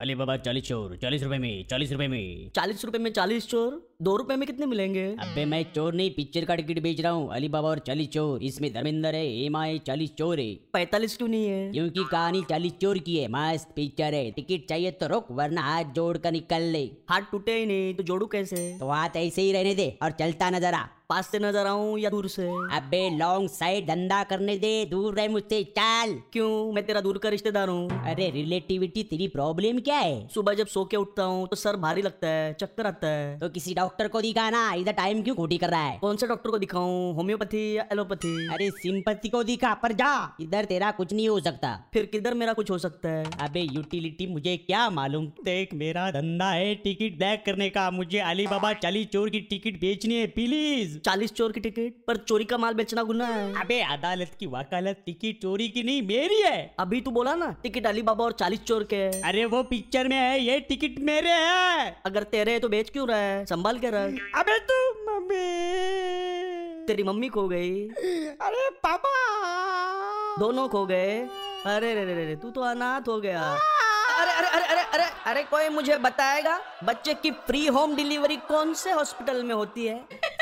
मेरे बाबा चालीस चोर चालीस रुपए में चालीस रुपए में चालीस रुपए में चालीस चोर दो रुपए में कितने मिलेंगे अबे मैं चोर नहीं पिक्चर का टिकट बेच रहा हूँ अली बाबा और चालीस चोर इसमें धर्मेंद्र है हेमा है चालीस चोर है पैतालीस क्यों नहीं है क्योंकि कहानी चालीस चोर की है मस्त पिक्चर है टिकट चाहिए तो रुक वरना हाथ जोड़ कर निकल ले हाथ टूटे ही नहीं तो जोड़ू कैसे तो हाथ ऐसे ही रहने दे और चलता नजर आ पास से नजर आऊं या दूर से अबे लॉन्ग साइड धंधा करने दे दूर रहे मुझसे चाल क्यों मैं तेरा दूर का रिश्तेदार हूँ अरे रिलेटिविटी तेरी प्रॉब्लम क्या है सुबह जब सो के उठता हूँ तो सर भारी लगता है चक्कर आता है तो किसी डॉक्टर को दिखाना इधर टाइम क्यों खोटी कर रहा है कौन से डॉक्टर को दिखाऊं होम्योपैथी या एलोपैथी अरे सिंपति को दिखा पर जा इधर तेरा कुछ नहीं हो सकता फिर किधर मेरा कुछ हो सकता है अबे यूटिलिटी मुझे क्या मालूम देख मेरा धंधा है टिकट बैक करने का मुझे अली बाबा चालीस चोर की टिकट बेचनी है प्लीज चालीस चोर की टिकट पर चोरी का माल बेचना गुना है अबे अदालत की वकालत टिकट चोरी की नहीं मेरी है अभी तू बोला ना टिकट अली बाबा और चालीस चोर के है अरे वो पिक्चर में है ये टिकट मेरे है अगर तेरे है तो बेच क्यों रहा है संभाल के रख अबे तू मम्मी तेरी मम्मी खो गई अरे पापा दोनों खो गए अरे रे रे रे तू तो अनाथ हो गया अरे अरे अरे अरे अरे अरे कोई मुझे बताएगा बच्चे की फ्री होम डिलीवरी कौन से हॉस्पिटल में होती है